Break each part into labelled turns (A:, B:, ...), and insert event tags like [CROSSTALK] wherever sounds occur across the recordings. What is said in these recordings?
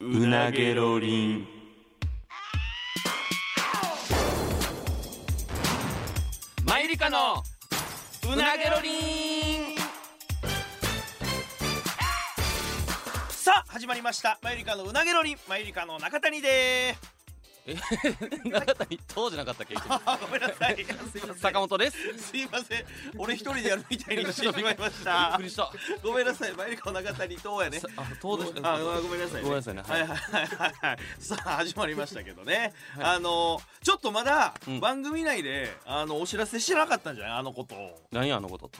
A: うなげろりん
B: マユリカのうなげろりん
C: さあ始まりましたマユリカのうなげろりんマユリカの中谷で
B: 中谷当時なかったっけ
C: ー [LAUGHS] あごめんなさいすいません
B: [LAUGHS] 坂本です
C: すいません俺一人でやるみたいにしてしまいまし
B: びったくりした
C: ごめんなさいマユリカの中谷とやね
B: さあ当時
C: あごめんなさい、ね、
B: ごめんなさいね
C: は
B: はいい
C: はいはいはいさあ始まりましたけどね、あのちょっとまだ
B: うん
C: 番組内で、あのお知らせしてなかったんじゃないあのことを
B: 何やあのことって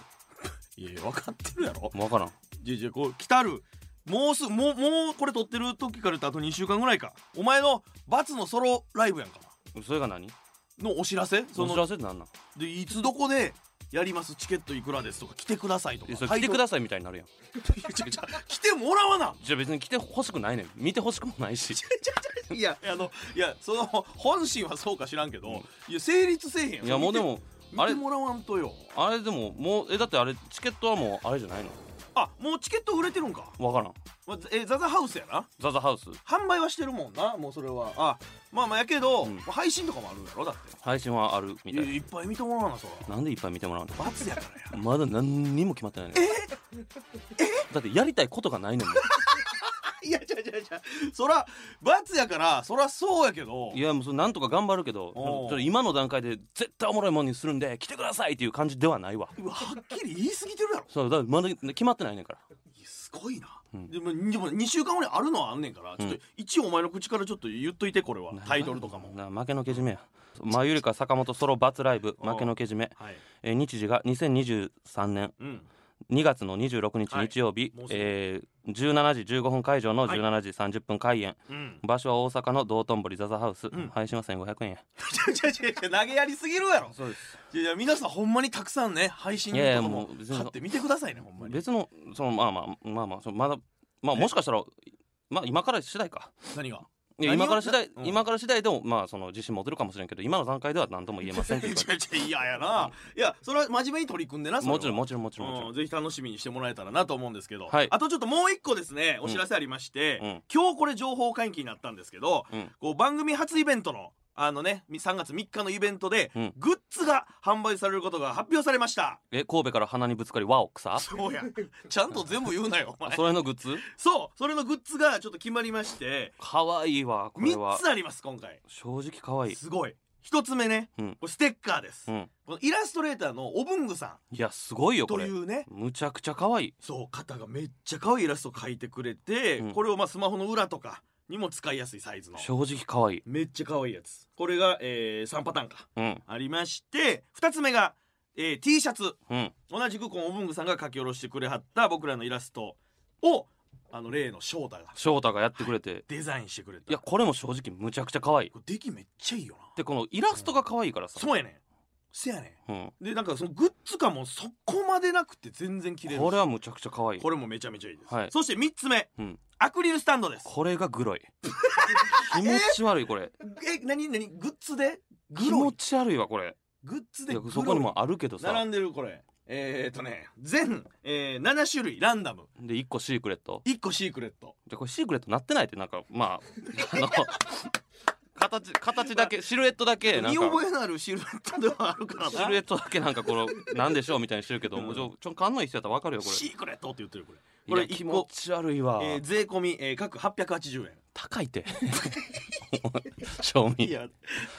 C: いやいや分かってるやろ
B: もう分からん
C: じゃあじゃあこう来たるもうすもうもうこれ撮ってる時から言うとあと2週間ぐらいかお前のバツのソロライブやんか
B: それが何
C: のお知らせ
B: そ
C: そ
B: の
C: の
B: 知らせって何なん
C: でいつどこでやりますチケットいくらですとか来てくださいとか
B: えそれ来てく
C: だ
B: ださいみたいになるやん
C: さい [LAUGHS] や違う違う来てもらわな
B: じゃあ別に来てほしくないねん見てほしくも [LAUGHS] ない [LAUGHS] し
C: いや [LAUGHS] あのいやその本心はそうか知らんけど、いや成立せえへんやん
B: いやもうでも
C: 見て
B: あれ
C: 見てもらわんとよ
B: あれでももうえだってあれチケットはもうあれじゃないの
C: あもうチケット売れてるんか、
B: 分からん
C: まあえザザハウスやな
B: ザザハウス
C: 販売はしてるもんなもうそれはあまあまあやけど、
B: うん
C: 配信とかもあるやろだって
B: 配信はあるみた
C: い
B: い
C: やいっぱい見てもらわなそら
B: ななんでいっぱい見てもらうの
C: 罰やからや
B: まだ何にも決まってないねだってやりたいことがないねんもん
C: [LAUGHS] いやじゃじゃじゃそら罰やからそらそうやけど
B: いやもうそれなんとか頑張るけ
C: お
B: ど
C: う
B: ちょっと今の段階で絶対おもろいもんにするんで来てくださいっていう感じではないわ
C: うわはっきり言い過ぎてるやろ
B: そうだからまだ決まってないねんから
C: いやすごいな、
B: うん
C: でもでも2週間後にあるのはあんねんからちょっと一応お前の口からちょっと言っといてこれはタイトルとか
B: [LAUGHS]
C: も
B: な負けのけじめや真由里香坂本ソロバツライブ
C: おう
B: 負けのけじめ
C: はい
B: えー日時が2023年
C: うん
B: 2月の26日
C: はい
B: 日曜日、
C: もうすぐ
B: えー17時15分会場の
C: はい
B: 17時30分開演、
C: [LAUGHS] うん
B: 場所は大阪の道頓堀ザザハウス、
C: ん
B: 配信は1500円や
C: ちょちょちょちょ投げやりすぎるやろ
B: そうです
C: いやいや皆さんほんまにたくさんね配信と
B: いやいや
C: かも
B: もう別に
C: 買ってみてくださいねほんまに
B: 別のそのまあまあまあまあそのまだまあもしかしたらまあ今から次第か
C: 何が
B: いや
C: 何を
B: 今から次第、
C: うん
B: 今から次第でもまあその自信持てるかもしれんけど今の段階では何とも言えません
C: [LAUGHS] い
B: とい
C: や
B: うか
C: いやいややないやそれは真面目に取り組んでなそれは
B: もちろんもちろんもちろんもちろ
C: うん
B: ん
C: ぜひ楽しみにしてもらえたらなと思うんですけど、
B: はい
C: あとちょっともう一個ですねお知らせありまして、
B: うん
C: 今日これ情報解禁になったんですけど、
B: うん
C: こう番組初イベントのあのね3月3日のイベントで、
B: うん
C: グッズが販売されることが発表されました
B: え神戸から鼻にぶつかりワオ草そ
C: そうやちゃんと全部言うなよお前
B: れのグッズ
C: そうそれのグッズがちょっと決まりまして
B: かわいいわこれ
C: 3
B: は
C: つあります今回
B: 正直かわいい
C: すごい1つ目ね、
B: うん
C: これステッカーです、
B: うん
C: このイラストレーターのオブングさ
B: いやすごい
C: ん
B: よことれ
C: いうね
B: むちゃくちゃかわいい
C: そう方がめっちゃ可愛いイラスト描いてくれて、
B: うん
C: これをまあスマホの裏とかにも使いやすいサイズの
B: 正直かわいい
C: めっちゃ可愛いやつこれが、え3パターンか
B: うん
C: ありまして2つ目が、えー T シャツ
B: うん
C: 同じくこのオブングさんが書き下ろしてくれはった僕らのイラストをあの例の翔太が
B: 翔太がやってくれて、い、
C: デザインしてくれた
B: やこれも正直むちゃくちゃかわいい
C: これ出来めっちゃいいよな
B: でこのイラストがかわいいからさ
C: そうやねんせやね
B: うん、
C: んでなんかそのグッズ感もそこまでなくて全然綺麗
B: これ
C: は
B: はむちゃくちゃかわいい
C: これもめちゃめちゃいいです、
B: はい
C: そして3つ目、
B: うん
C: アクリルスタンドです
B: これが
C: [LAUGHS]
B: グロい気持ち悪いこれ
C: え、なになにグッズで
B: 気
C: グロ
B: 持
C: い
B: ち悪いわこれ
C: グッズ
B: い
C: で
B: や
C: グロい
B: そこにもあるけどさ
C: 並んでるこれ。えー、っとね、全、えー、7種類ランダム。
B: で1個シークレット
C: 1個シークレット。
B: じゃあこれシークレットなってないってなんかまああの形形だけシルエットだけなん
C: 見
B: か
C: 覚えのあるシルエットではあるからな。
B: シルエットだけなんかこのなんでしょうみたいにしてるけど、もうちょちょ勘のいい人やったらわかるよこ
C: シ
B: れ
C: ークレットって言ってるこれ。
B: い
C: これ
B: や気
C: 1
B: 持
C: 個、
B: ち悪いわ、
C: えー、税込み、えー、各880円。
B: 高いって
C: [LAUGHS]
B: 賞
C: い
B: 味
C: や、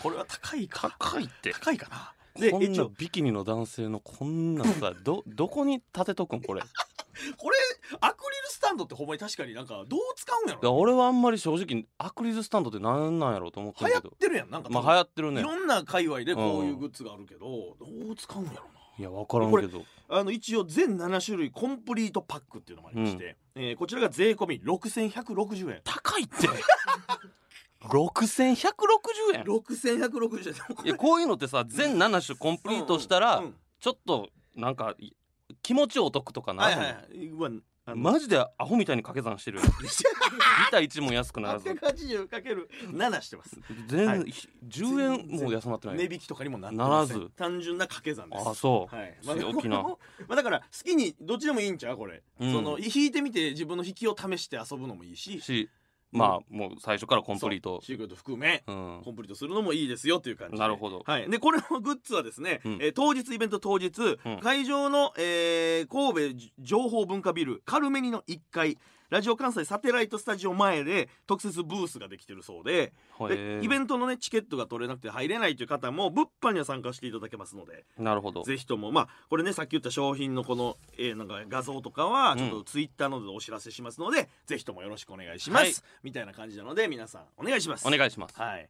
C: これは高いか。
B: 高いって
C: 高いかな。で、
B: こん
C: 一
B: な
C: 応、
B: ビキニの男性のこんなんさどどこに立てとくんこれい
C: これ、アクリルスタンドってほんまに確かになんか、どう使うんや
B: や
C: ろ
B: 俺はあんまり正直アクリルスタンドってなんなんやろうと思って
C: 流
B: る
C: 行
B: け
C: っ
B: ど
C: てるやん。なんか、
B: まあ流行ってるね
C: いろんな界隈でこういうグッズがあるけど、どう使うんやろな。
B: いや分からん
C: これ
B: けど
C: あの一応全7種類コンプリートパックっていうのもありまして、えーこちらが税込み6160円
B: 高いって [LAUGHS] 6160円
C: 6160円でもこ
B: いや
C: れ
B: こういうのってさ全7種コンプリートしたら、
C: うん
B: ちょっとなんかい気持ちお得とかな、
C: はいはいはい、うわあの
B: マジでアホみたいに掛け算してるビタ1も安くならず
C: 880×7 してます
B: 全、
C: はい
B: ひ10円も安くなってない
C: 値引きとかにもなって
B: なら
C: ません
B: ず
C: 単純な掛け算です
B: ああそう、
C: はい
B: 強気な
C: これも [LAUGHS] まあ、だから好きにどっちでもいいんちゃうこれ、
B: うん
C: その引いてみて自分の引きを試して遊ぶのもいいし
B: しまあもう最初からコンプリート
C: シークレット含め
B: うん
C: コンプリートするのもいいですよっていう感じで
B: なるほど
C: はい、でこれのグッズはですね、
B: うん
C: えー当日イベント当日、
B: うん
C: 会場の、えー神戸情報文化ビルカルメニの1階ラジオ関西サテライトスタジオ前で特設ブースができてるそうででイベ
B: ン
C: ントのねチケットが取れなくて入れないという方も物販には参加していただけますので
B: トなるほど
C: ぜひともまあこれねさっき言った商品のこの、えーなんか画像とかは
B: うん
C: ちょっとツイッターなどでお知らせしますので、ぜひともよろしくお願いします、
B: はい
C: みたいな感じなので皆さんお願いします
B: お願いします
C: はい、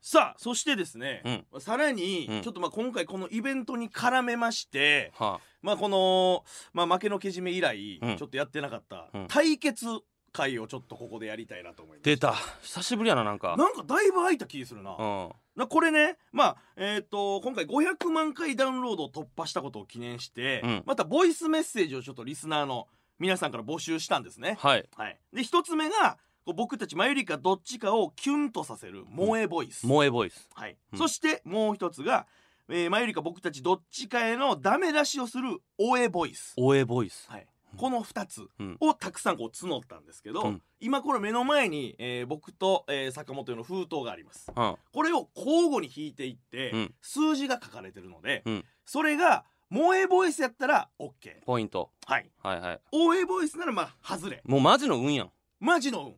C: さあそしてですね、さらに
B: うん
C: ちょっとまあ今回このイベントに絡めまして、
B: は
C: まあ、この、まあ、負けのけじめ以来
B: うん
C: ちょっとやってなかった
B: うん
C: 対決会をちょっとここでやりたいなと思います。
B: 出た久しぶりやななんか
C: なんかだいぶ空いた気するな,、
B: うん
C: なこれねまあえっ、と今回500万回ダウンロードを突破したことを記念して、
B: うん
C: またボイスメッセージをちょっとリスナーの皆さんから募集したんですね。
B: はい
C: はい、で一つ目がこう僕たちマユリカどっちかをキュンとさせる萌えボイス、
B: 萌えボイス
C: はい
B: うん
C: そしてもう一つが、えー、前よりか僕たちどっちかへのダメ出しをする応援ボイス、
B: おえボイス
C: はい、
B: うん
C: この2つ
B: うん
C: をたくさんこう募ったんですけど、
B: うん
C: 今これ目の前に、えー僕と、えー坂本の封筒があります
B: うん
C: これを交互に引いていって、
B: うん
C: 数字が書かれてるので、
B: うん
C: それが萌えボイスやったら OK
B: ポイント
C: はい
B: はいはい
C: 応援ボイスならまあ外れ
B: もうマジの運やん
C: マジの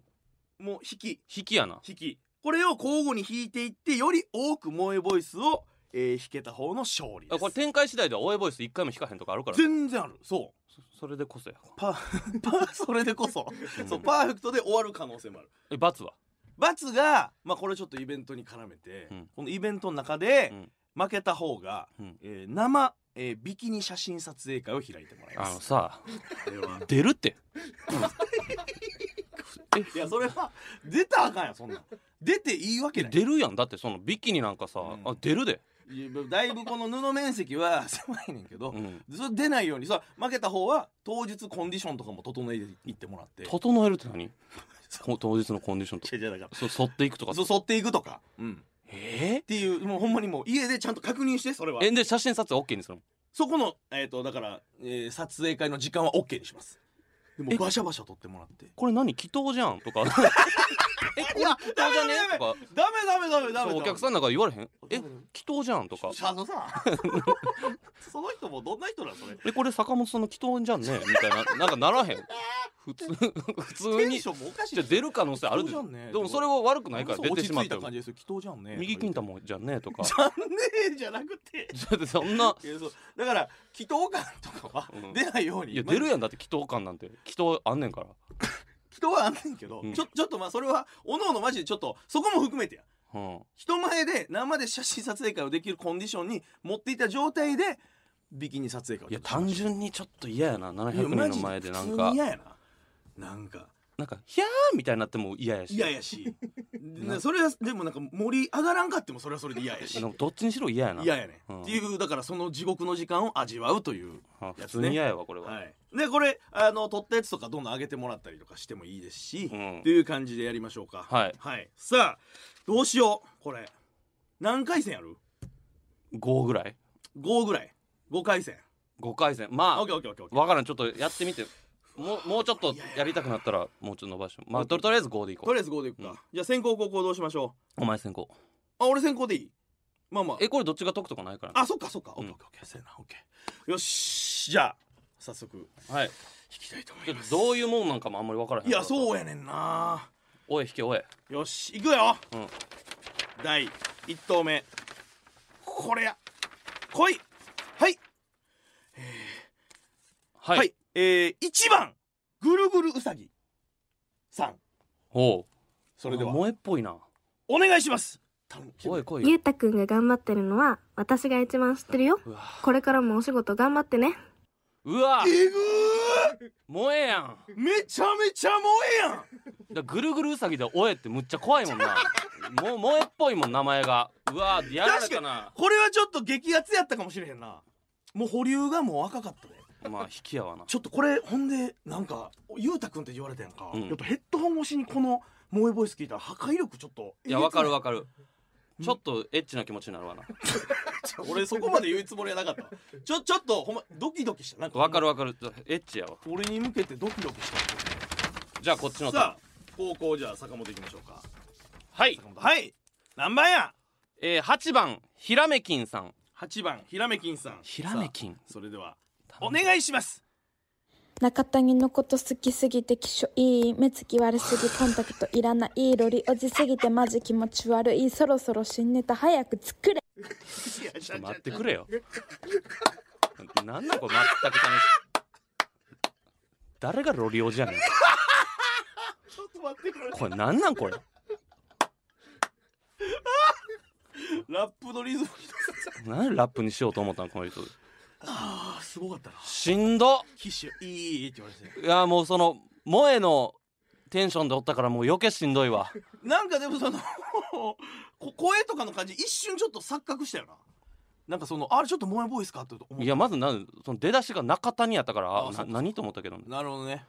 C: 運もう引き
B: 引きやな
C: 引きこれを交互に引いていってより多く萌えボイスを、えー弾けた方の勝利で
B: あ
C: す
B: これ展開次第ではおえボイス一回も引かへんとかあるからね
C: 全然あるそう
B: そそれでこそや
C: パ [LAUGHS] ーパーそれでこそそうパーフェクトで終わる可能性もある
B: え罰は
C: 罰が、まあ、これちょっとイベントに絡めて、
B: うん
C: このイベントの中で
B: うん
C: 負けた方が、
B: うん
C: えー生、えービキニ写真撮影会を開いてもらいま
B: あの
C: す
B: さ
C: これは
B: 出るって
C: いやそれは出たらあかんやんそんなん出ていいわけない
B: 出るやんだってそのビキニなんかさ、
C: うん
B: あ出るで、
C: いやだいぶこの布面積は狭いねんけど、
B: うん、
C: それ出ないようにさ負けた方は当日コンディションとかも整えていってもらって
B: 整えるって [LAUGHS] 何こ当日のコンディションと
C: 違う違うだか
B: そ沿っていくとから
C: そ沿っていくとか、うん、
B: え
C: っていうもうほんまにもう家でちゃんと確認してそれは
B: ー、えで写真撮影 OK にするの
C: そこのえっ、とだから、えー撮影会の時間は OK にしますでも
B: え
C: バシャバシャ撮ってもらって
B: これ何祈祷じゃん [LAUGHS] とか
C: やべやべ
B: えこれ祈祷じゃね
C: やべ
B: とか
C: ダメダメダメダメ
B: そうお客さん
C: ん
B: なんか言われへんえ
C: ダメ
B: 祈祷じゃんとか
C: あの
B: [LAUGHS]
C: さその人もどんな人なのそれ
B: えこれ坂本さんの祈祷じゃんねみたいななんかならへん普通 [LAUGHS] 普通
C: テン
B: に
C: ションもおかしい
B: じゃあ出る可能性あるでし
C: 祈祷
B: ょ
C: じゃんね
B: でもそれは悪くないから
C: そう
B: 出
C: 落ち
B: てしま
C: 着
B: っ
C: い
B: た
C: た
B: よ
C: 感じですよ祈祷じゃんね
B: 右金玉じゃん
C: [LAUGHS]
B: ねとか
C: じゃんねじゃなくて
B: だってそんない
C: やそうだから祈祷感とかは
B: うん
C: 出ないように、
B: いや出るやんだって祈祷感なんて祈祷あんねんから
C: 祈祷はあんねんけど、
B: うん
C: ちょちょっとまあそれはおのおのマジでちょっとそこも含めてや
B: うん
C: 人前で生で写真撮影会をできるコンディションに持っていた状態でビキニ撮影会を
B: いや単純にちょっと嫌やな700人の前でなん
C: いやマジ普通
B: か
C: に嫌やななんか
B: なんか「ひゃー」みたいになっても嫌やし
C: 嫌や
B: [LAUGHS]
C: しでそれはでもなんか盛り上がらんかってもそれはそれで嫌や
B: [LAUGHS]
C: し
B: でもどっちにしろ嫌やな
C: 嫌やね、
B: うん
C: ん、っていうだからその地獄の時間を味わうという
B: あ普通に嫌やわこれは、
C: はい、でこれあの撮ったやつとかどんどん上げてもらったりとかしてもいいですし、
B: う
C: っ
B: ん
C: ていう感じでやりましょうか
B: はい
C: さあどうしようこれ何回戦やる
B: 5ぐらい
C: ?5 ぐらい5回戦
B: 5回戦ま
C: あ
B: あ
C: オッケーオッケーオッケーオッケー
B: わからんちょっとやってみてもうもうちょっとやりたくなったらもうちょっと伸ばしてまあととりあえず5でいことう
C: りあえず5でいくか、
B: うん
C: じゃあ先行後攻どうしましょ
B: お前先行
C: うあ俺先行でいいまあまあ
B: えこれどっちが得とかないから
C: あそっかそっかオッケーオッケーオッケーせやなオッケーよしじゃあ早速引
B: はい
C: きたいと思
B: ち
C: い
B: ょっ
C: ま
B: と
C: す
B: どういうもんなんかもあんまりわからへん
C: いやそう
B: や
C: やねんな
B: おい引けおい
C: よし行くよ、
B: うん
C: 第1投目これや来いはい
B: は、
C: はいい、えー、1番ぐるぐるうさぎさん
B: おう
C: それでは
B: 萌えっぽいな
C: お願いします頼む
B: おい来い
D: ゆうたくんが頑張ってるのは私が一番知ってるよ
B: うわ
D: これからもお仕事頑張ってね
B: うわ
C: えぐ
B: 萌えやん
C: ーめちゃめちゃ萌えやん
B: だぐるぐるうさぎで「おえ」ってむっちゃ怖いも
C: [LAUGHS]
B: んなもう萌えっぽいもん名前がうわやられたな
C: これはちょっと激アツやったかもしれへんなもう保留がもう赤かったで
B: まあ引きやわな
C: ちょっとこれほんでなんかゆうたくんって言われたやんか、
B: うん
C: やっぱヘッドホン越しにこの萌えボイス聞いたら破壊力ちょっと
B: いやわかるわ
C: か
B: かるちょっとエッチな気持ちになるわな
C: る俺そこまで言うつもりはなかったちょちょっとほんまドキドキしたなんか
B: わかるわかるエッチやわ
C: 俺に向けてドキドキした
B: じゃあこっちのターン
C: さあ高校じゃあ坂本いきましょうか
B: はい
C: 坂、本はい何番や
B: えー、8番ひらめきんさん
C: 8番ひらめきんさん
B: ひらめきん
C: さあそれではお願いします
E: 中谷のこと好きすぎて気性いい目つき悪すぎコンタクトいらないロリおじすぎてマジ気持ち悪いそろそろ新ネタ早く作れ
B: ちょっと待ってくれよなんだこれ全く楽し誰がロリオじゃねん
C: ちょっと待ってくれ
B: これなんなんこれ
C: ラップのリズム
B: 何ラップにしようと思ったのこの人
C: ああすごかったな
B: しんど
C: 機種いいって言われて
B: いやもうその萌えのテンションでおったからもう余計しんどいわ
C: なんかでもそのこ声とかの感じ一瞬ちょっと錯覚したよななんかそのあれちょっと萌えボイスかって思った
B: いやまずなんその出だしが中谷やったから
C: あ
B: あ
C: そうか
B: な何と思ったけど
C: なるほどね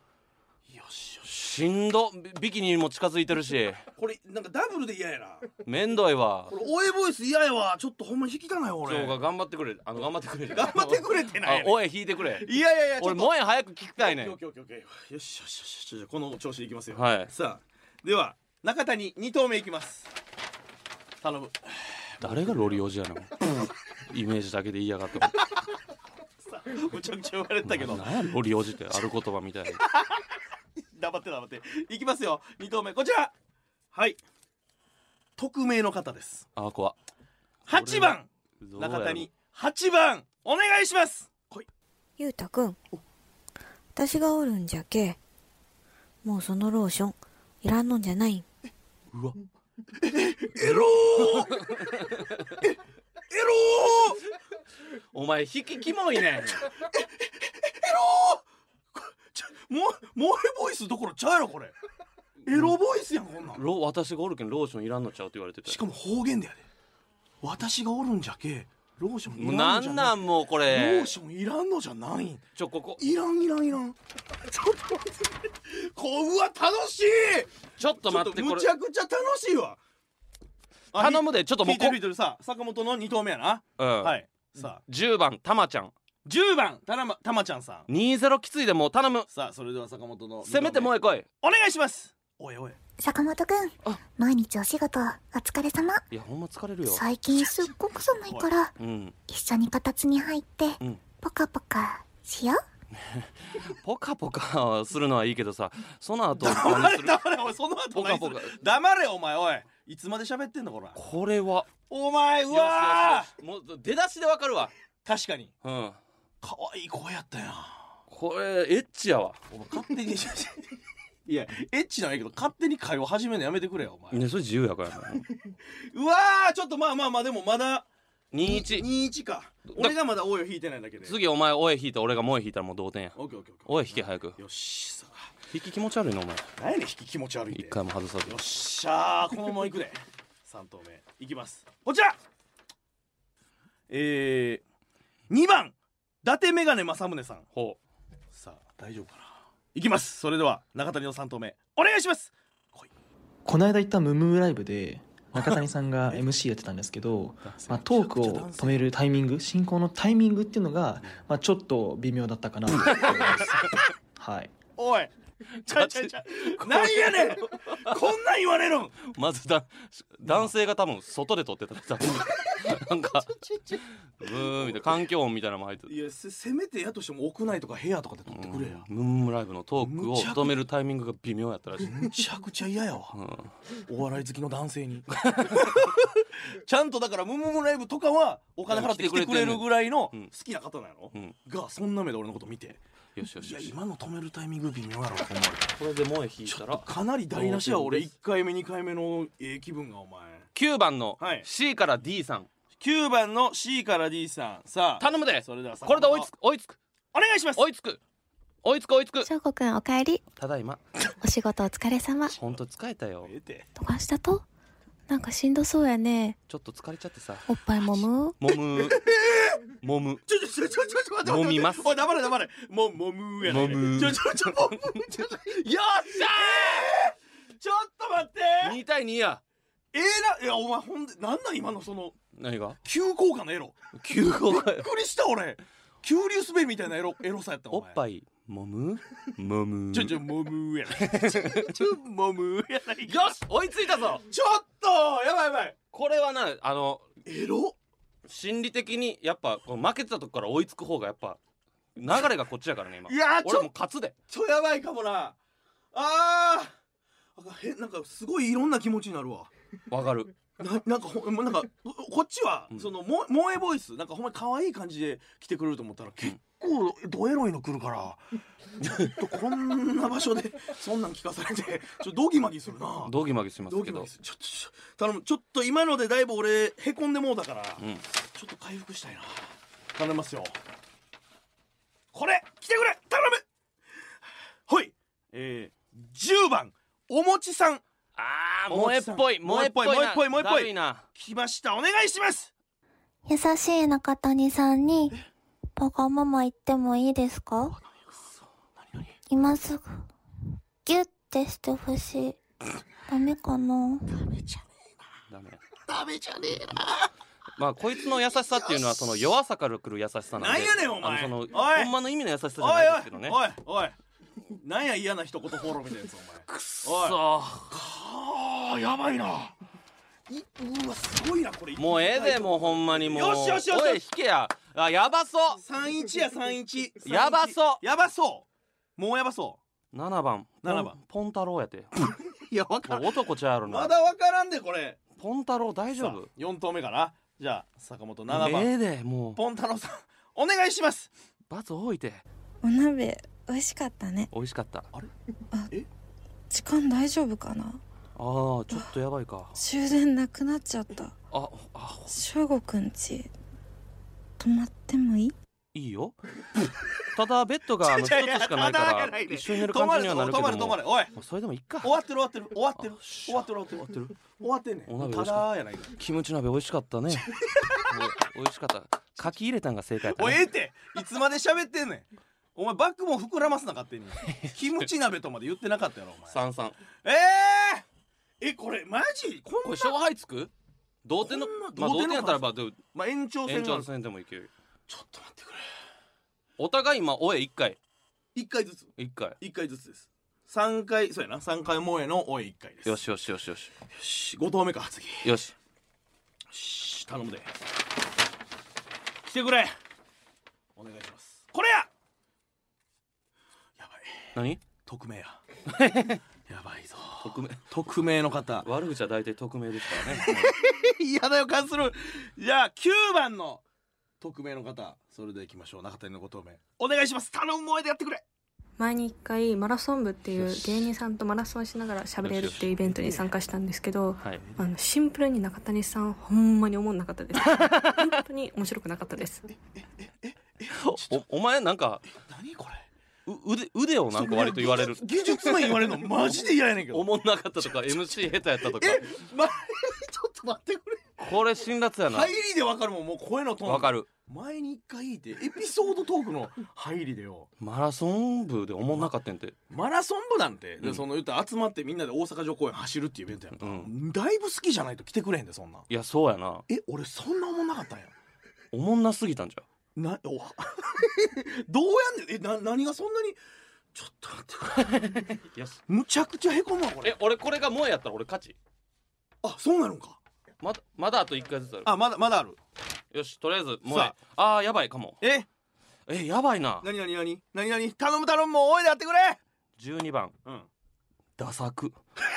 C: よしよし
B: しんどビビキニにも近づいてるし
C: これなんかダブルで嫌やな
B: めんどいわ
C: これおえボイス嫌やわちょっとほんまに引きたないわ俺
B: 今日が
C: 頑
B: 頑張ってくれあの頑張ってくれ
C: 張ってくれてな
B: あ
C: い
B: おえ引いてくれ
C: いやいやいや
B: [LAUGHS]
C: ちょ
B: 俺
C: っと
B: 萌え早く聞きたいねん
C: オッケーオッケーオッケーオッケーよしよしよしよしじゃあこの調子でいきますよ
B: はい
C: さあでは中谷二投目いきます頼む [LAUGHS]
B: 誰がロリオジやなイメージだけで言いやがって
C: さあむちゃくちゃ言われてたけ
B: [LAUGHS]
C: ど
B: なんやロリオジってある言葉みたい [LAUGHS] な
C: 黙って黙っていきますよ二投目こちらはい匿名の方です
B: あー怖
C: 八番
B: どうやろ
C: 中谷八番お願いします来い
F: ゆうたくん私がおるんじゃけもうそのローションいらんのんじゃないん
B: うわ
C: エロー [LAUGHS] えエロー
B: お前引きキモいねん
C: ちゃもう萌えボイスどころちゃうやろこれエロボイスやんこん
B: [LAUGHS]
C: なん
B: ロ私がおるけんローションいらんのちゃうって言われてた
C: しかも方言だよね私がおるんじゃけローションい
B: もう
C: ら
B: [LAUGHS] な
C: の
B: ん
C: じゃ
B: ん
C: な
B: ないんもうこ
C: ロ
B: れ
C: ーションいらんのじゃないん
B: ちょここ
C: いらんいらんいらんちょっと待ってこううわ楽しい
B: ちょっと
C: ちょっ
B: 待
C: と
B: ってこ
C: む
B: れ
C: ちゃくちゃ楽しいわあ
B: 頼むでちょっとも
C: 聞
B: う
C: いて
B: こ
C: る、聞いてるさあ坂本の二投目やな、
B: うん
C: はいさあ
B: 10番たまちゃん
C: 10番たらまたまちゃんさん
B: 20きついでもう頼む
C: さあそれでは坂本の二投目
B: せめて萌え来い
C: お願いしますおいおい
G: 坂本くん
B: あ
G: 毎日お仕事お疲れ様
B: いやほんま疲れるよ
G: 最近すっごく寒いから
B: うん
G: 一緒にこたつに入って
B: うん
G: ポカポカしよう
B: ポカポカするのはいいけどさその後何
C: 黙
B: す
C: れ
B: る
C: 黙れおいその後何する
B: ポカポカ
C: 黙れお前おいいつまで喋ってんのこれ
B: これは
C: お前うわー
B: よしよしよしもう出だしでわかるわ
C: 確かに
B: うん
C: 可愛い声やったよな
B: これエッチやわ
C: お前勝手に [LAUGHS] いやエッチなんやけど勝手に会話始めるのやめてくれよお前
B: ねそれ自由やからな
C: うわーちょっとまあまあまあでもまだ
B: 21
C: 21か俺がまだ応用引いてないだけで
B: 次お前おえ引いた俺が萌え引いたらもう同点や
C: オッケーオッケーオッケー
B: おい引け早く
C: よしさあ
B: 引き気持ち悪いなお前
C: 何やねん引き気持ち悪いって
B: 一回も外さず
C: よっしゃーこのままいくで3投目いきますこちらえー、2番伊達メガネ正宗さん
B: ほう
C: さあ大丈夫かないきますそれでは中谷の3投目お願いします来い
H: この間行ったムームーライブで
B: [LAUGHS]
H: 中谷さんが MC やってたんですけど、まあ、トークを止めるタイミング進行のタイミングっていうのが、まあ、ちょっと微妙だったかなと思います。 [LAUGHS] はい
C: おいちゃうちゃうちゃうなんやねんこんなん言われるん
B: まずだ男性が多分外で撮ってた多分なんかブーンみたいな環境音みたいなのも入ってる
C: いやせせめてやとしても屋内とか部屋とかで撮ってくれや、
B: ムンムライブのトークを止めるタイミングが微妙やったらしい、
C: むちゃくちゃ嫌やわ
B: うん
C: お笑い好きの男性にちゃんとだから「ムムムライブ」とかはお金払って来てくれるぐらいの
B: うん
C: 好きな方なの、
B: うん
C: がそんな目で俺のこと見て
B: よしよし
C: いや
B: よし
C: 今の止めるタイミング微妙やろほんま
B: これで萌え引い
C: ちょ
B: た
C: っと
B: ら
C: かなり台無しや俺1回目2回目のええ気分がお前
B: 9番の
C: はい
B: C から D さん
C: 9番の C から D さんさあ
B: 頼むで
C: それでは
B: これで追いつ
C: く
B: く追いつく
C: お願いします
B: 追いつく追いつく追いつく
F: 翔子くんおかえり
B: ただいま
F: お仕事お疲れ様
B: 本当疲れたよ
C: ええて
F: どかしたとなんかしんどそうやね
B: ちょっと疲れちゃってさ
F: おっぱいもむ
B: も [LAUGHS] むもむ
C: ちょちょちょちょちょちょ待って待って
B: 揉みます
C: おい黙れ黙れもうもむやね
B: 揉む
C: ちょちょちょもむちょちょよっしゃーちょっと待って
B: 2対2や
C: ええな、いや、お前、ほんで、なんなん、今の、その、
B: 何が
C: 急降下のエロ。
B: 9号
C: びっくりした、俺。急流滑りみたいなエロ、エロさやった。
B: おっ
C: い。
B: ぱいもむもむ
C: ちょちょモムやないちょちょモムやないか
B: よし追いついたぞ
C: ちょっとやばいやばい
B: これはなあの
C: エロ
B: 心理的にやっぱこう負けてたとこから追いつく方がやっぱ流れがこっちやからね今
C: いやーち
B: 俺
C: ょ
B: もう勝つで
C: ちょやばいかもなあーあへなんかすごいいろんな気持ちになるわ
B: わかる
C: ななんかほ [LAUGHS] んまなんかここっちは、
B: うん
C: そのも萌えボイスなんかほんまに可愛い感じで来てくれると思ったら結構ドエロいの来る
B: [LAUGHS]
C: からちょっとこんな場所でそんなん聞かされてちょっとドギマギするな
B: ドギマギします
C: ド
B: け
C: ギマ
B: ど
C: ギするちょっとちょ頼むちょっと今のでだいぶ俺へこんでもうだから、
B: うん
C: ちょっと回復したいな頼みますよこれ来てくれ頼むほいえー、10番おもちさん
B: あー萌えっぽい
C: 萌
B: 萌
C: え
B: え
C: っ
B: っ
C: ぽい
B: ぽい
C: 萌えっぽい萌えっぽい
B: なだるいな
C: 来ましたお願いします
G: 優しい中谷さんに、バカママ言ってもいいですか今すぐ、ギュッてしてほしい。ダメかな
B: ダメ
C: ダメじゃねえな
B: まあこいつの優しさっていうのはその弱さから来る優しさなんで
C: なんやねんお前
B: あのその
C: おい
B: ほんまの意味の優しさじゃ
C: おい
B: ないですけどね
C: おいおいおいなんや嫌な一言フォローみたいなやつお前
B: くっそ
C: ああやばいいうわすごいなこれ
B: もうええでもうほんまにもう
C: よしよしよしよし
B: おい引けやあやばそう
C: 三一や三一
B: やばそう
C: やばそうもうやばそ
B: 7番
C: 七番
B: ポンポン太郎やて
C: ういやわ
B: もう男ちゃうやろな
C: まだわからんでこれ
B: ポン太郎大丈
C: さ
B: 夫
C: あ四投目かなじゃあ坂本七番、
B: ええでもう
C: ポン太郎さんお願いします
B: 罰多いて
I: お鍋美味しかったね
B: 美味しかった
I: 時間大丈夫かな
B: あーちょっとやばいか
I: 終電なくなっちゃった
B: ああ
I: 翔吾くんち泊まってもいい
B: いい
C: [LAUGHS]
B: よただベッドがあの一つ
C: ちょいちょい
B: しかない
C: ただ
B: か
C: がな
B: ら
C: いで
B: 一緒に寝る
C: 止
B: 感
C: ま
B: じ
C: れ止
B: にはな
C: まれ
B: るけども
C: 止まれおい
B: まあそれでもいいか
C: 終わってる終わってる終わってる
B: あ
C: 終わってる終わってる
B: 終わってる
C: 終わってんねん
B: お鍋美
C: た
B: 味しかった
C: だやないか
B: キムチ鍋美味しかったね [LAUGHS] お美味しかったかき入れたんが正解やった
C: おい
B: ね
C: ええっていつまで喋ってんねんお前バックも膨らますなかっ
B: [LAUGHS]
C: てにキムチ鍋とまで言ってなかったやろお前
B: 三三
C: ええー、えこれマジこん
B: こ
C: な
B: れ勝敗つく同点の
C: こんな
B: まあ
C: 同
B: 同
C: 点
B: 点
C: の
B: やったらばでも
C: まあ、延長戦
B: 延
C: なん
B: 長
C: です
B: 戦でもいける
C: ちょっと待ってくれ
B: お互い今おえ一回
C: 一回ずつ
B: 一回
C: 一回ずつです三回そうやな三回萌えのおい一回です
B: よしよしよしよし
C: よし五投目か次よ
B: よし
C: し頼むで来てくれお願いしますこれややばい
B: 何
C: 匿
B: [LAUGHS]
C: 名ややばいぞ
B: 匿名
C: 匿名の方
B: 悪口は大体匿名ですからね
C: 嫌な予感するじゃあ9番の匿名の方それでいきましょう中谷のご答弁お願いします頼む萌えでやってくれ
D: 前に一回マラソン部っていう芸人さんとマラソンしながら喋れるっていうイベントに参加したんですけど
B: [LAUGHS] はい
D: あのシンプルに中谷さんほんまに思んなかった
B: [LAUGHS]
D: です本当に面白くなかったです
B: おお前なんか
C: 何これ
B: う腕腕をなんか割と言われる
C: 技術面言われるの [LAUGHS] マジで嫌やねんけ
B: [LAUGHS] お
C: ど
B: もんなかったとか MC 下手やったとか
C: えま [LAUGHS] ちょっと待ってくれ
B: これ辛辣やな
C: 入りでわかるもんもう声のトーン
B: わかる
C: 前に一回言ってエピソードトークの入りでよ
B: マラソン部でおもんなかったんて
C: マラソン部なんて、で
B: うん
C: その言ったら集まってみんなで大阪城公園走るっていうイベントやんか、
B: うん
C: だいぶ好きじゃないと来てくれへんでそんなん
B: いやそうやな
C: え俺そんな思んなかったんや
B: おもんなすぎたんじゃ
C: なお [LAUGHS] どうやんねんえな何がそんなにちょっと待ってくれ
B: うよし
C: むちゃくちゃへこむわこ
B: え
C: れ
B: 俺これが萌えやったら俺勝ち
C: あそうなのか
B: まだまだあと1回ずつある
C: あまだまだある
B: よしとりあえず萌え
C: さ
B: あーやばいかも
C: え
B: えやばいな
C: なになになになになに頼む頼むもうおいでやってくれ
B: 12番
C: うん
B: ダサク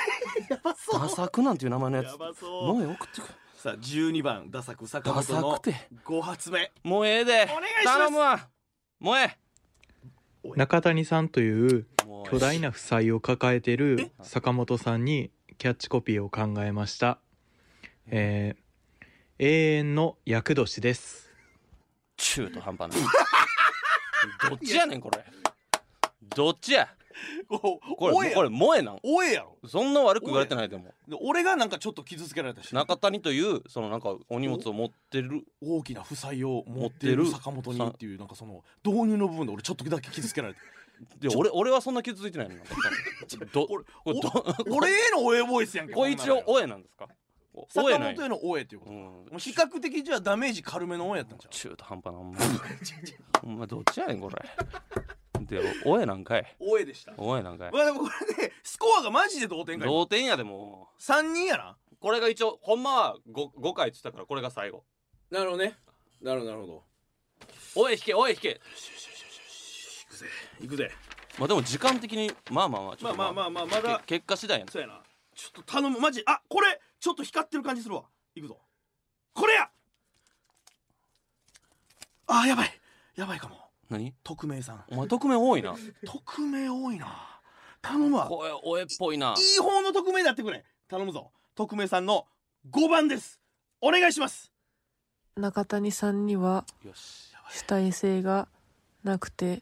C: [LAUGHS] やばそ
B: ダサクなんていう名前のやつ
C: やばそう
B: 萌え送ってくる
C: さあ12番ダサく坂
B: ダ
C: 本
B: サ
C: の
B: くて
C: 5発目
B: もうええで
C: お願いします
B: 頼むわもうえ
J: 中谷さんという
B: もうえ
J: 巨大な負債を抱えている
B: え
J: 坂本さんにキャッチコピーを考えました、えー永遠の厄年です
B: 中途半端
C: [LAUGHS]
B: などっちやねんこれどっちや
C: こ
B: これ
C: おえや
B: これ
C: ろ
B: 萌えなん
C: おえやろ
B: そんな悪く言われてないでも
C: で俺がなんかちょっと傷つけられたし
B: 中谷というそのなんかお荷物を持ってる
C: 大きな負債を持っている
B: 持ってる
C: 坂本にっていうなんかその導入の部分で俺ちょっとだけ傷つけられた
B: で俺俺はそんな傷つい [LAUGHS] てないのなんかど
C: これ
B: これど
C: 俺へのおえボイスやんけ
B: [LAUGHS] これ一応
C: お
B: おえなんですかお
C: 坂
B: おえな
C: 本
B: い
C: への応えということ、もう比較的じゃあダメージ軽めの応えやったんちゃう
B: 中途半端なお [LAUGHS] 前お前どっちやねんこれでおおえなんかい
C: 応えでした
B: おえなんかい
C: まあでもこれねスコアがマジで同点か
B: 同点やでも
C: 3人やな
B: これが一応ほんまは 5, 5回っつったからこれが最後
C: なるほどねなるほどなるほど
B: おえ引けおえ引け
C: いくぜ
B: まあでも時間的にまあまあまあちょ
C: ま
B: っ
C: あ
B: と
C: まあまあまあまだ
B: け結果次第やな
C: そうやなちょっと頼むマジあこれちょっと光ってる感じするわいくぞこれやあーやばいやばいかも
B: 何
C: 匿名さん
B: お前匿名多い [LAUGHS] な
C: 匿名多いな頼むわ
B: 声おえっぽいない
C: い方の匿名になってくれ頼むぞ匿名さんの5番ですお願いします
K: 中谷さんには主体性がなくて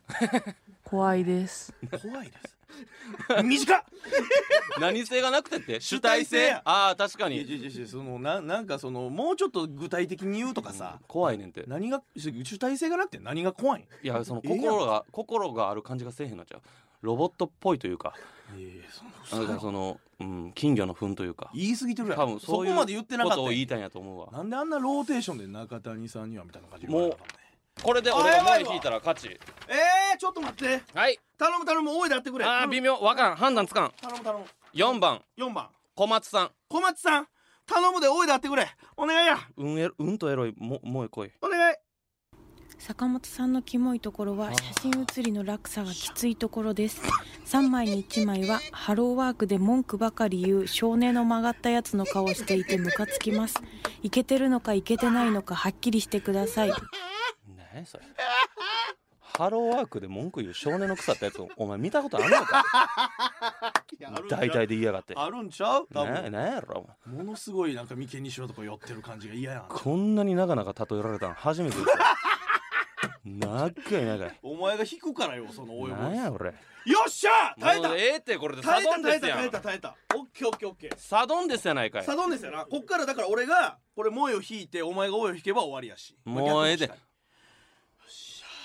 K: 怖いです
C: 怖い [LAUGHS] です短っ
B: 何性がなくてって主
C: 主体
B: 体
C: 性
B: 性
C: や
B: ああ確か
C: い
B: に
C: やいやいやそのななんかそのもうちょっと具体的に言うとかさ、
B: 怖いねんて
C: 何が主体性がなくて何が怖いん
B: いやその
C: ええやん
B: 心が心がある感じがせえへんのちゃうロボットっぽいというか
C: いやいやそんな
B: なんかその、うん、金魚の糞というか
C: 言い過ぎてるやろ
B: 多分そうい
C: そこまで言
B: う
C: っ
B: こ
C: てなかったよ
B: とを言いたいんやと思うわ
C: なんであんなローテーションで中谷さんにはみたいな感じ
B: もうこれで俺が前引いたら勝ち
C: えー、ちょっと待って
B: はい
C: 頼む頼む大いでやってくれ
B: あー微妙わからん判断つかん
C: 頼む頼む
B: 4番
C: 4番
B: 小松さん
C: 小松さん頼むで大いでやってくれお願いや
B: うんえうんとエロいももえこい
C: お願い
L: 坂本さんのキモいところは写真写りの落差がきついところです3枚に1枚はハローワークで文句ばかり言う少年の曲がったやつの顔をしていてムカつきますイケてるのかイケてないのかはっきりしてください
B: 何やそれ [LAUGHS] ハローワークで文句言う少年の草ってやつお前見たことあん
C: [LAUGHS]
B: のか大体で言いやがって
C: あるんちゃう多
B: な
C: 分
B: なんやろお前
C: ものすごいなんか眉間にしろとか寄ってる感じが嫌やな
B: こんなに長々例えられたの初めてですよ長い長い
C: お前が引くからよそのおいよ
B: なんや俺
C: っしゃ耐え
B: も
C: た
B: うええってこれでサ
C: 耐え
B: ド
C: た
B: ン
C: 耐
B: デ
C: え
B: ス
C: た
B: や
C: 耐え
B: ん
C: た耐えたオッケーオッケーオッケー
B: サドンデスやないかい
C: サドンですよなこっからだから俺がこれ萌えを引いてお前が萌えを引けば終わりやし
B: もうええで
C: 逆に近い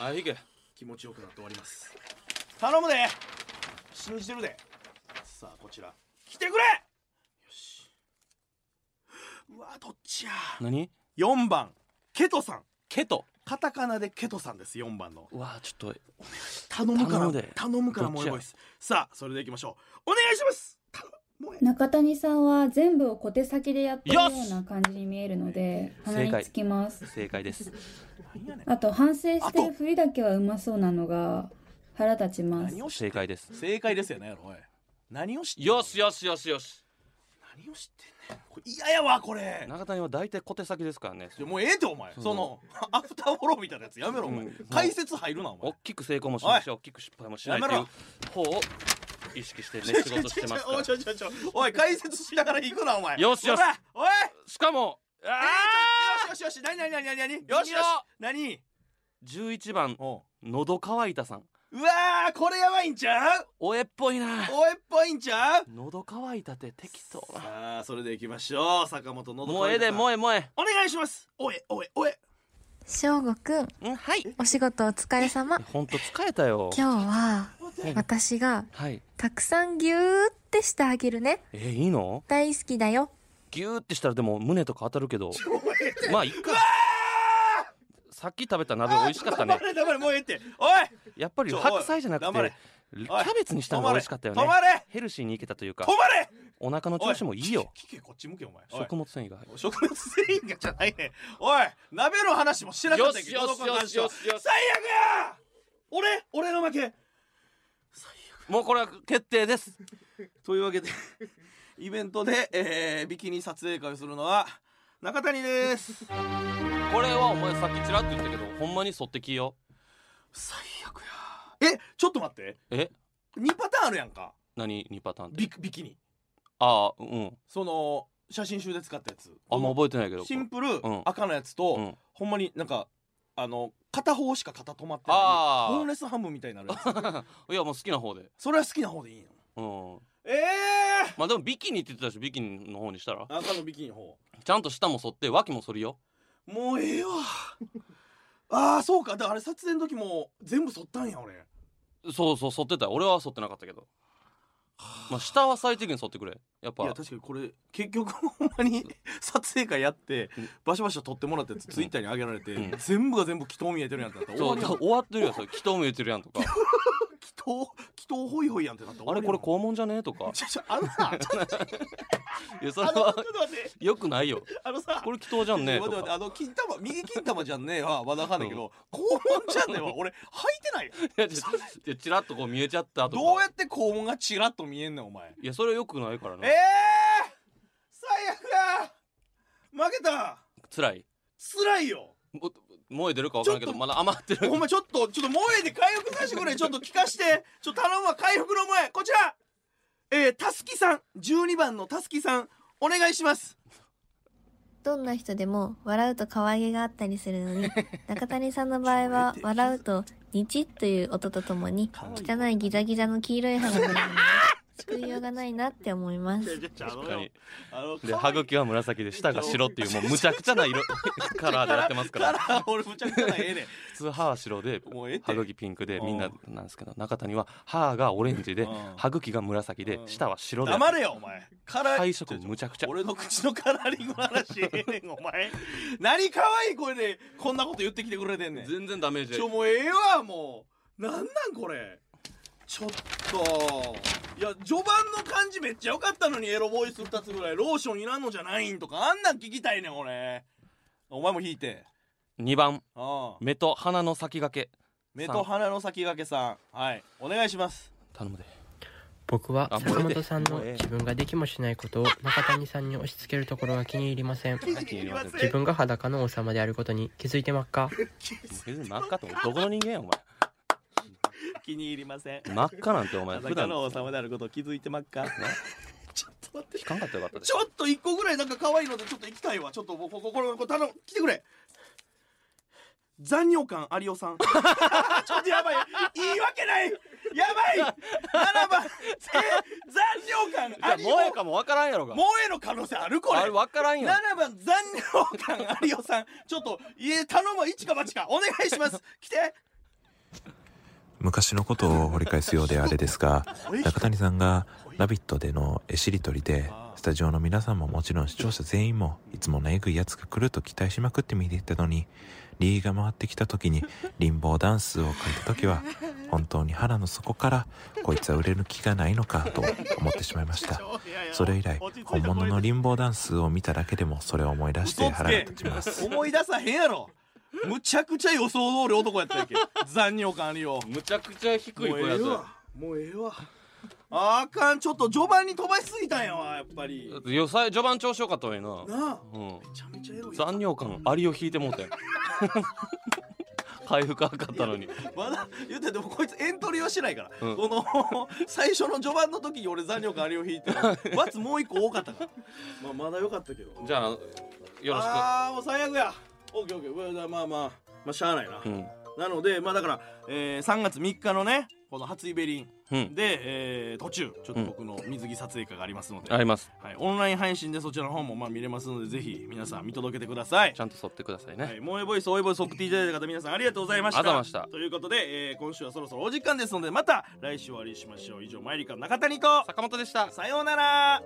B: あいけ
C: 気持ちよくなって終わります頼むで信じてるでさあこちら来てくれよしうわどっちや
B: 何
C: 4番ケトさん
B: ケト
C: カタカナでケトさんです4番の
B: うわちょっと
C: 頼むから
B: 頼む
C: 頼
B: で
C: むから萌えボイスさあそれでいきましょうお願いします
M: 中谷さんは全部を小手先でやってるよ
B: よ
M: うな感じに見えるので鼻
B: 正
M: に
B: 解
M: つきます
B: 正解です
M: あと反省してるふりだけはうまそうなのが腹立ちます
B: 正解です
C: 正解ですよねおい何を知って
B: よしよしよしよし
C: 何を知ってんねんこれ嫌やわこれ
B: 中谷は大体小手先ですからね
C: いやもうええってお前
B: そう
C: その [LAUGHS] アフターフォローみたいなやつやめろお前、解説入るなお前
B: 大きく成功もしないし大きく失敗もしないってい
C: やめ
B: う方を意識してね仕事してますから
C: ちょちょちょちょ [LAUGHS] おい解説しながら行くなお前
B: よしよし
C: ほらおい
B: しかも
C: あよしよしよし何何何何何よしよし何
B: 11番喉乾いたさん
C: うわーこれやばいんちゃう
B: おえっぽいな
C: おえっぽいんちゃう
B: 喉乾いたって適当
C: さあそれでいきましょう坂本のど
B: もうええでもうええもうええ
C: お願いしますおえおえおえ
N: 翔吾くん、
B: はい、
N: お仕事お疲れ様。
B: ほんと疲れたよ
N: 今日は、私が、
B: はい
N: たくさんぎゅーってしてあげるね。
B: えいいの
N: 大好きだよ。
B: ギューってしたらでも胸とか当たるけど
C: [LAUGHS]
B: まあいっかさっき食べた鍋美味しかったね
C: 黙れ黙れもうええっておい
B: やっぱり
C: ちょ
B: 白菜じゃなく
C: 黙れ
B: てキャベツにしたのが美味しかったよね
C: 止まれ止ま
B: ヘルシーにいけたというか
C: 止まれ
B: お腹の調子もいいよ
C: 聞けこっち向けお前おい
B: 食物繊維が
C: 食物繊維がじゃないねおい鍋の話もしてなかったけど
B: よしよしよしよしよし
C: 最悪や俺俺の負け
B: もうこれは決定です
C: というわけで [LAUGHS] イベントで、えービキニ撮影会をするのは中谷です
B: これはお前さっきちらっと言ったけどほんまに沿ってきよ
C: えちょっと待って
B: え
C: 2パターンあるやんか
B: 何2パターンって
C: ビビキニ
B: ああうん
C: その写真集で使ったやつ
B: あんま覚えてないけど
C: シンプル、
B: うん
C: 赤のやつと、
B: うん
C: ほんまになんかあの片方しか肩止まってない
B: あー
C: ボーンレスハムみたいになるやつ
B: いやもう好きな方で
C: それは好きな方でいいの
B: うん
C: ええ
B: まあでもビキニって言ってたしビキニの方にしたら
C: 赤のビキニの方
B: ちゃんと下も反って脇も反るよ
C: もうええわ [LAUGHS] あーそうかだからあれ撮影の時も全部剃ったんや俺
B: そうそう反ってたよ俺は反ってなかったけどまあ、下は最低限沿ってくれやっぱ
C: いや確かにこれ結局ほんまに [LAUGHS] 撮影会やってバシャバシャ撮ってもらったやつツイッターに上げられて、全部が全部祈祷見えてるやんってなったら
B: そ
C: 終わ
B: う
C: りやん
B: 終わってるよそれ祈祷見えてるやん
C: [LAUGHS]
B: とか
C: 祈祷祈祷ホイホイやんってなったら
B: あれこれ肛門じゃねえとか
C: あの
B: [LAUGHS]
C: さちょっと
B: いやそれ
C: あのちょっ
B: は
C: と待って
B: よくないよ
C: あのさ
B: これ祈祷じゃんねえ
C: 待
B: と
C: って待って
B: か
C: あの金玉右金玉じゃんねえはまだわかんないけど肛門じゃんねえは俺履いてないよ
B: いやちょいやチラッとこう見えちゃったとか
C: どうやって肛門がチラッと見えんねんお前
B: いやそれはよくないから
C: え
B: な
C: えー、最悪だ負けた
B: 辛い
C: 辛い
B: [LAUGHS]
C: よ
B: 萌え出るかわからんけどまだ余ってる
C: お前ちょっとちょっと萌えで回復させてくれちょっと聞かしてちょっと頼むわ回復の萌えこちらえー、たすきさん12番のたすきさんお願いします
O: どんな人でも笑うと可愛げがあったりするの [LAUGHS] に、中谷さんの場合は [LAUGHS] 笑うとニチッという音とともに、汚いギザギザの黄色い歯が出るので、 [LAUGHS] 救いようがないなって思います。
B: 確かにで歯茎は紫で舌が白っていうもうむちゃくちゃな
C: [LAUGHS]
B: 色カラーでやってますから
C: カラー俺むちゃくちゃな
B: [LAUGHS]
C: ええねん
B: 普通歯は白で歯茎ピンクでみんななんですけど中谷は歯がオレンジで歯茎が紫で舌は白で
C: 黙れよお前カラー
B: 配色むちゃくちゃ
C: 俺の口のカラーリングの話ええねんお前何可愛い声でこんなこと言ってきてくれてんねん
B: 全然ダメージ
C: ちょもうええわもうなんなんこれちょっといや序盤の感じめっちゃ良かったのにエロボイス2つぐらいローションいらんのじゃないんとかあんなん聞きたいねん俺お前も引いて
B: 2番
C: あ
B: 目と鼻の先駆け
C: 目と鼻の先駆けさんはいお願いします
B: 頼むで
P: 僕は
B: あ
P: 坂
B: もうえ
P: 本
B: え
P: さんの
B: もうええ
P: 自分ができもしないことを中谷さんに押し付けるところは気に入りません
B: りません
P: 自分が裸の王様であることに気づいてまっか
B: 別に真っ赤とどこの人間やお前
C: 気に入りません
B: 真っ赤なんてお前普
C: 裸
B: 段
C: の王様であること気づいてまっか
B: 聞かんかったらよかったで
C: ちょっと一個ぐらいなんか可愛いのでちょっと行きたいわちょっともうこここれこれ頼む来てくれ残尿感有オさんちょっとやばい言い訳ないやばい7番え残尿
B: じゃあ
C: 感有オ
B: 萌えかもわからんやろが
C: 萌えの可能性あるこれ
B: あれわからんやん
C: 7番残尿感有オさんちょっと家頼むわ一か八かお願いします来て
Q: 昔のことを掘り返すようであれですが中谷さんが「ラビット!」での絵しりとりでスタジオの皆さんももちろん視聴者全員もいつものえぐいやつが来ると期待しまくって見ていたのにリーが回ってきた時に貧乏ダンスを書いた時は本当に腹の底からこいつは売れる気がないのかと思ってしまいましたそれ以来本物の貧乏ダンスを見ただけでもそれを思い出して腹が立ちます
C: 思い出さへんやろむちゃくちゃ予想通り男やったやんけ残尿感有オ
B: むちゃくちゃ低い
C: もう
B: 声
C: え
B: や
C: え
B: つ
C: わもうええわあーかんちょっと序盤に飛ばしすぎたんやわやっぱり
B: よさ序盤調子よかったのにな
C: なあ
B: うん
C: めちゃめちゃエロい
B: 残尿感アリを引いてもうて回復あかったのに
C: まだ言ってでもこいつエントリーはしないから、
B: うん
C: この [LAUGHS] 最初の序盤の時に俺残尿感あれを引 [LAUGHS] いて罰もう一個多かったから、まあ、まだ良かったけど
B: じゃあよろしく
C: ああもう最悪やオッケーオッケーうわまあまあまあしゃあないな、
B: うん
C: なのでまあだから、えー、3月3日のねこの初イベリン、
B: う
C: で、
B: ん
C: えー途中ちょっと僕の水着撮影会がありますので、
B: あります
C: はい、オンライン配信でそちらの方もまあ見れますのでぜひ皆さん見届けてください
B: ちゃんと沿ってくださいね、
C: はい、萌えボイス、おえボイス送っていただいた方、皆さんありがとうございました。
B: ありがとうございました
C: ということで、えー今週はそろそろお時間ですので、また来週お会いしましょう。以上、マイリカの中谷と
B: 坂本でした。
C: さようなら。